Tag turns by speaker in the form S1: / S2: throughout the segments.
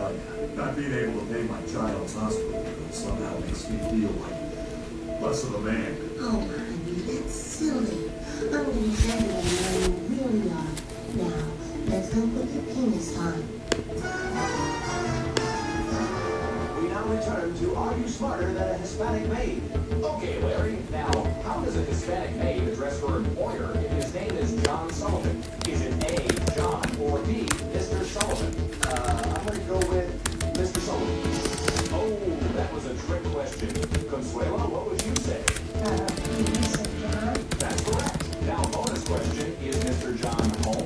S1: Oh
S2: Not being able to pay my child's hospital bill somehow makes me feel like less of a man.
S1: Oh, honey, that's silly. I'm gonna tell you where you really are. Now, let's not put your penis on.
S3: We now return to Are You Smarter Than a Hispanic Maid? Okay, Larry, now, how does a Hispanic maid address her employer if his name is John Sullivan? Is it A, John, or B, Mr. Sullivan? Uh, I'm gonna go with Mr. Sullivan. Oh, that was a trick question. Consuelo, what would you say?
S1: Uh, penis and John?
S3: That's correct. Now, bonus question, is Mr. John home?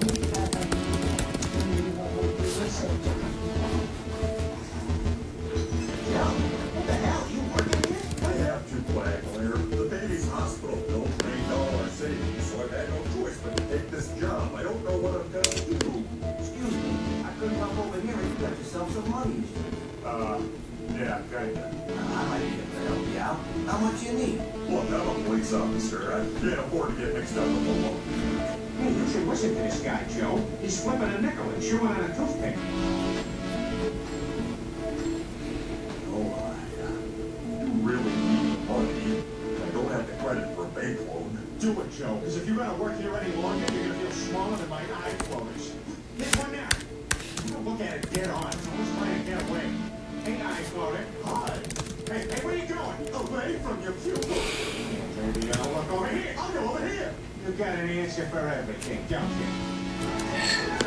S3: John, what the hell, you working here?
S2: I have to flag Claire. The baby's hospital bill drained all our savings, so I've had no choice but to take this job. I don't know what I'm gonna do.
S4: Excuse me, I couldn't help over here and you got yourself some money.
S2: Uh, yeah, kinda.
S4: I might be able to help you out. How much you need?
S2: Look, I'm a police officer. I can't afford to get mixed up with the law.
S3: Hey, you should listen to this guy, Joe. He's flipping a nickel and chewing on a toothpick.
S2: Oh, I, uh, you really need money. I don't have the credit for a bank loan.
S3: Do it, Joe, because if you're gonna work here any longer, you're gonna feel smaller than my eye floaters. This one now. You don't look at it dead on. Someone's trying to get away. Hey, eye floater. Hi. Hey, hey, where are you going? Away from your pupil. Yeah, baby, I'll look over here. I'll go over here. You got an answer for everything, don't you?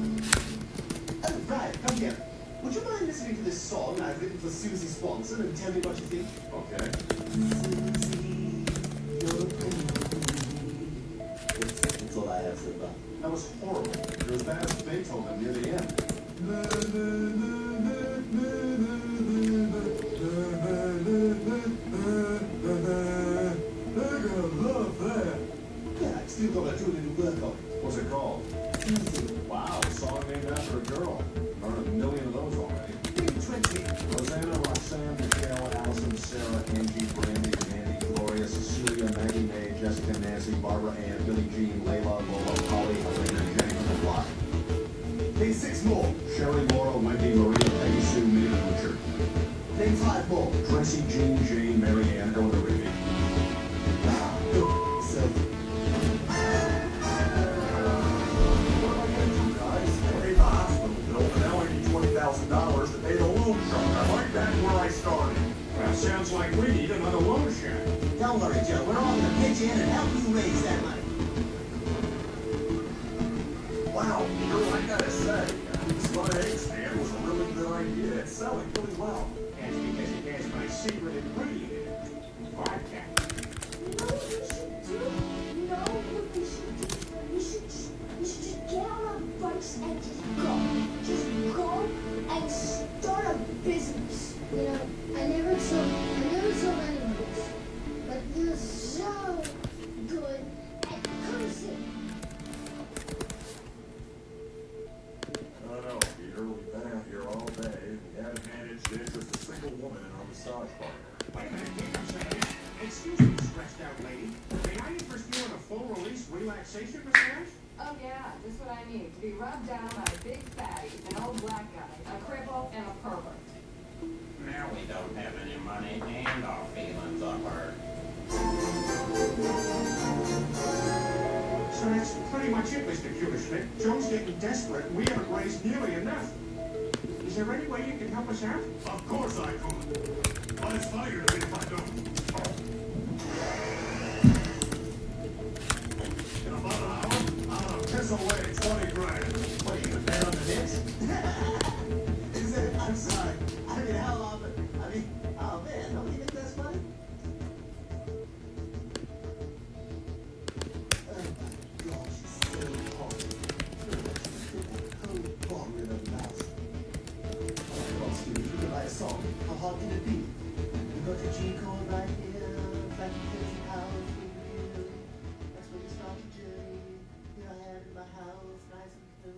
S5: Oh, Brian, come here. Would you mind listening to this song I've written for Susie Swanson and tell me what you think?
S2: Okay.
S5: Susie, you're pretty. That's, that's all I have for that.
S3: That was horrible. You're as bad as Beethoven near the end.
S5: Yeah, I've still got to do a little work on it.
S3: What's it called?
S5: Susie,
S3: Wow, song named after a girl. Learned a million of those already.
S5: maybe 20.
S3: Rosanna, Roxanne, Michelle, Allison, Sarah, Angie, Brandy, Mandy, Gloria, Cecilia, Maggie May, Jessica, Nancy, Barbara Ann, Billie Jean, Layla, Lola, Polly, Elena, Jenny, and Block.
S5: Play six more.
S3: Sherry, Laura, Wendy, Maria, Peggy Sue, Minnie, and Richard.
S5: Play five more.
S3: Tracy, Jean, Jane, Mary Ann, Eleanor, Ruby.
S5: Ah, go f- yourself.
S2: What am I gonna do, guys? I paid the hospital bill, and now I need twenty thousand dollars to pay the loan shark. I'm right back where I started.
S3: Well, sounds like we need another loan shark.
S5: Don't worry, Joe. We're all going to pitch in and help you raise that money.
S2: Wow, Peter, I gotta say, uh, this Bud Egg stand was a really good idea. It's selling really well.
S3: That's because it has my secret ingredient in it. Vodka.
S1: You know what we should do? You know what we should do? We should, just- we should just get on our bikes and just go. Just go and start a business. You know, I never sold, I never sold any books, but you're so good at cursing.
S2: I don't know, Peter, we've been out here all day, and we haven't managed to interest a single woman in our massage parlor.
S3: Wait a minute, Dick, I'm sorry. Excuse me, stretched out lady. May I interest you in a full release relaxation massage?
S6: Oh yeah, just what I need. To be rubbed down by a big fatty, an old black guy, a cripple, and a pervert.
S4: Now we don't have any money and our feelings are hurt.
S3: So that's pretty much it, Mr. Kuderschmidt. Joe's getting desperate. We haven't raised nearly enough. Is there any way you can help us out?
S2: Of course I could. But it's funnier to me if I don't. In about an hour, I'm gonna piss away twenty grand.
S5: What are you gonna bet on the Knicks? Is it? I'm sorry. I mean, how often? I mean, oh man, don't you think that's funny? Oh my gosh, it's so hard. Look, the whole bar in a mouse. Oh, Ross, you could write a song. How hard can it be? You got your G chord right here.